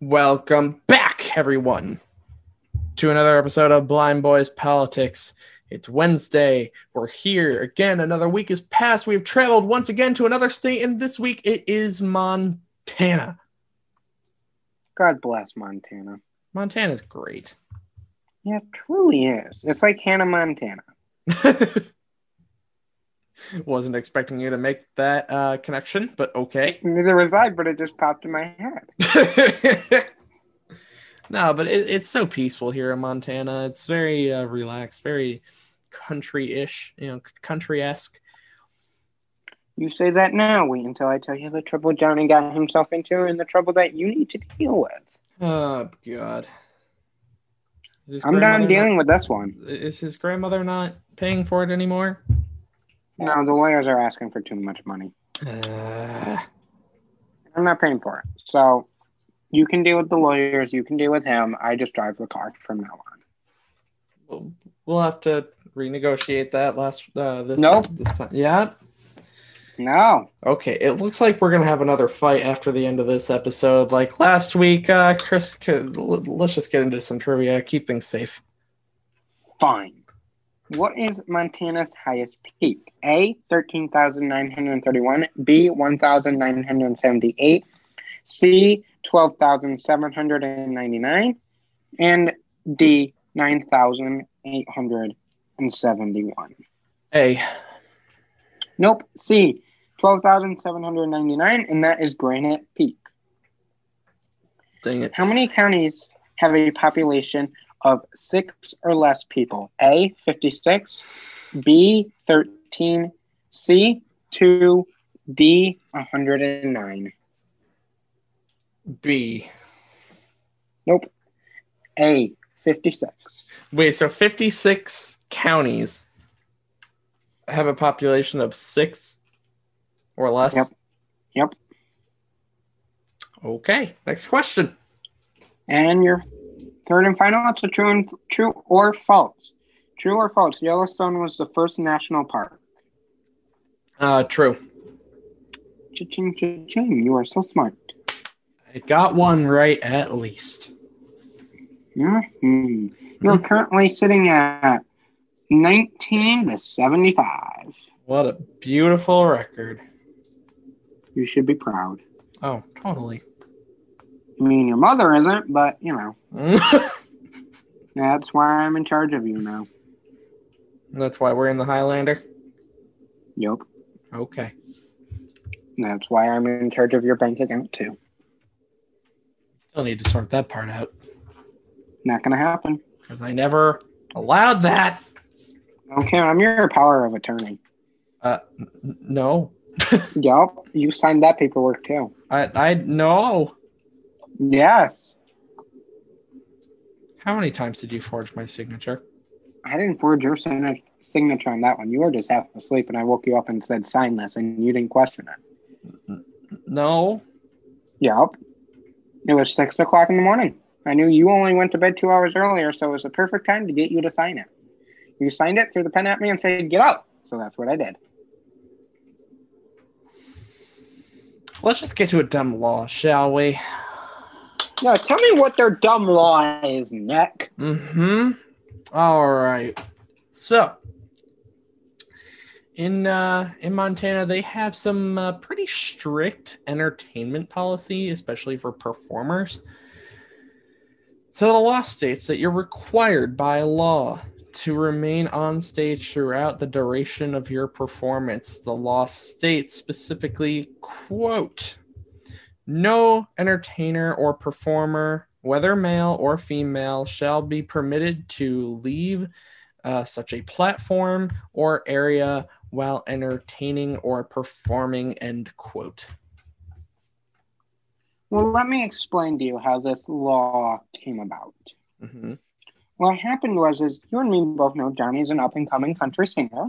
Welcome back, everyone, to another episode of Blind Boys Politics. It's Wednesday. We're here again. Another week has passed. We've traveled once again to another state, and this week it is Montana. God bless Montana. Montana's great. Yeah, it truly is. It's like Hannah Montana. Wasn't expecting you to make that uh, connection, but okay. Neither was I, but it just popped in my head. no, but it, it's so peaceful here in Montana. It's very uh, relaxed, very country-ish, you know, country-esque. You say that now. Wait until I tell you the trouble Johnny got himself into and the trouble that you need to deal with. Oh God. Is his I'm done grandmother dealing with this one. not- is his grandmother not paying for it anymore? No, the lawyers are asking for too much money. Uh, I'm not paying for it. So you can deal with the lawyers. You can deal with him. I just drive the car from now on. we'll, we'll have to renegotiate that last uh, this Nope. this time. Yeah. No. Okay, it looks like we're gonna have another fight after the end of this episode. Like last week, uh, Chris, c- l- let's just get into some trivia. Keep things safe. Fine. What is Montana's highest peak? A, 13,931. B, 1,978. C, 12,799. And D, 9,871. Hey, Nope. C, 12,799. And that is Granite Peak. dang it. How many counties have a population of six or less people? A, 56, B, 13, C, 2, D, 109. B. Nope. A, 56. Wait, so 56 counties have a population of six or less? Yep. Yep. Okay, next question. And your third and final, it's a true, and, true or false. True or false, Yellowstone was the first national park. Uh, true. Cha-ching, cha-ching. You are so smart. I got one right at least. hmm You're currently sitting at 19 to 75. What a beautiful record. You should be proud. Oh, totally. I mean, your mother isn't, but you know, that's why I'm in charge of you now. That's why we're in the Highlander. Yep. Okay. That's why I'm in charge of your bank account, too. Still need to sort that part out Not going to happen. because I never allowed that. Okay, I'm your power of attorney. N- No, Yep. You signed that paperwork, too. I I no. Yes. How many times did you forge my signature? I didn't forge your signa- signature on that one. You were just half asleep, and I woke you up and said, sign this, and you didn't question it. No. Yep. It was 6 o'clock in the morning. I knew you only went to bed two hours earlier, so it was the perfect time to get you to sign it. You signed it, threw the pen at me, and said, get up. So that's what I did. Let's just get to a dumb law, shall we? No, tell me what their dumb law is, Nick. Mm-hmm. All right. So in uh, in Montana, they have some uh, pretty strict entertainment policy, especially for performers. So the law states that you're required by law to remain on stage throughout the duration of your performance. The law states specifically, quote, no entertainer or performer, whether male or female, shall be permitted to leave uh, such a platform or area while entertaining or performing. End quote. Well, let me explain to you how this law came about. hmm What happened was, is you and me both know Johnny's an up-and-coming country singer.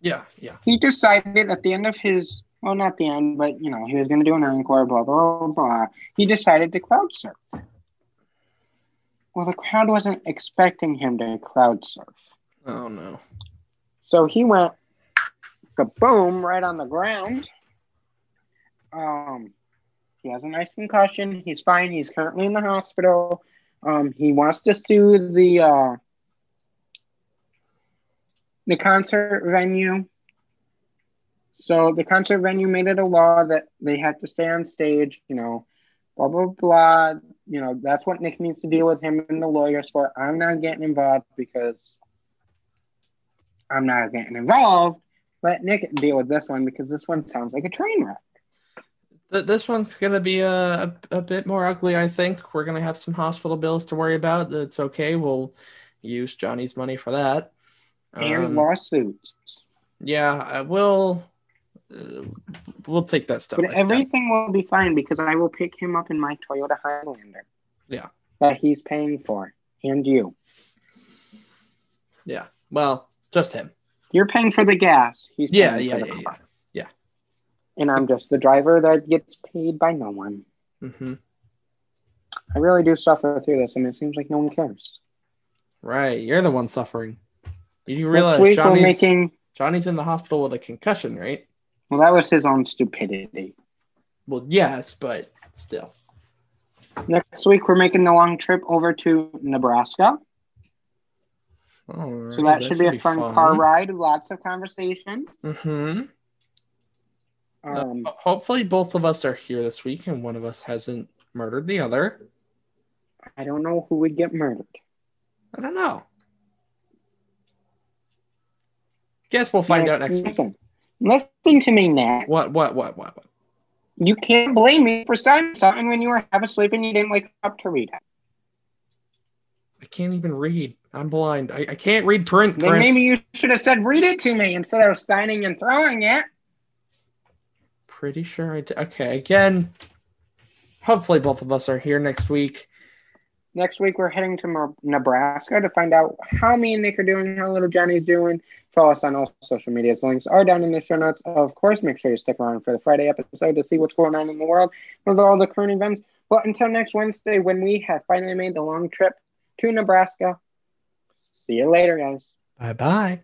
Yeah, yeah. He decided at the end of his, well, not the end, but, you know, he was going to do an encore, blah, blah, blah. He decided to crowd surf. Well, the crowd wasn't expecting him to crowd surf. Oh no. So he went kaboom right on the ground. Um, He has a nice concussion. He's fine. He's currently in the hospital. Um, he wants to sue the uh, the concert venue. So the concert venue made it a law that they had to stay on stage. You know, blah blah blah. You know that's what Nick needs to deal with him and the lawyers for. I'm not getting involved because I'm not getting involved. Let Nick deal with this one because this one sounds like a train wreck. Th- this one's going to be uh, a, a, a bit more ugly, I think. We're going to have some hospital bills to worry about. That's okay. We'll use Johnny's money for that. And Um, lawsuits. yeah, I will. Uh, we'll take that step But by step. everything will be fine because I will pick him up in my Toyota Highlander. Yeah. That he's paying for. And you. Well, just him. You're paying for the gas. He's Yeah, paying yeah, for the yeah, car. yeah. And I'm just the driver that gets paid by no one. hmm I really do suffer through this, and it seems like no one cares. Right. You're the one suffering. Did you Next realize week we're Johnny's, making. Johnny's in the hospital with a concussion, right? Well, that was his own stupidity. Well, yes, but still. Next week we're making the long trip over to Nebraska, All right, so that, should be a fun, car ride. Lots of conversations. Mm-hmm. Uh, oh. Um, hopefully, both of us are here this week, and one of us hasn't murdered the other. I don't know who would get murdered. I don't know. Guess we'll find out next week. Listen, listen to me, Nat. What? What? What? What? What? You can't blame me for signing something when you were half asleep and you didn't wake up to read it. I can't even read. I'm blind. I, I can't read print, Then Chris. maybe you should have said, read it to me instead of signing and throwing it. Pretty sure I did. Okay, again. Hopefully, both of us are here next week. Next week, we're heading to Mer- Nebraska to find out how me and Nick are doing, how little Johnny's doing. Follow us on all social medias. Links are down in the show notes. Of course, make sure you stick around for the Friday episode to see what's going on in the world with all the current events. But until next Wednesday, when we have finally made the long trip to Nebraska, see you later, guys. Bye bye.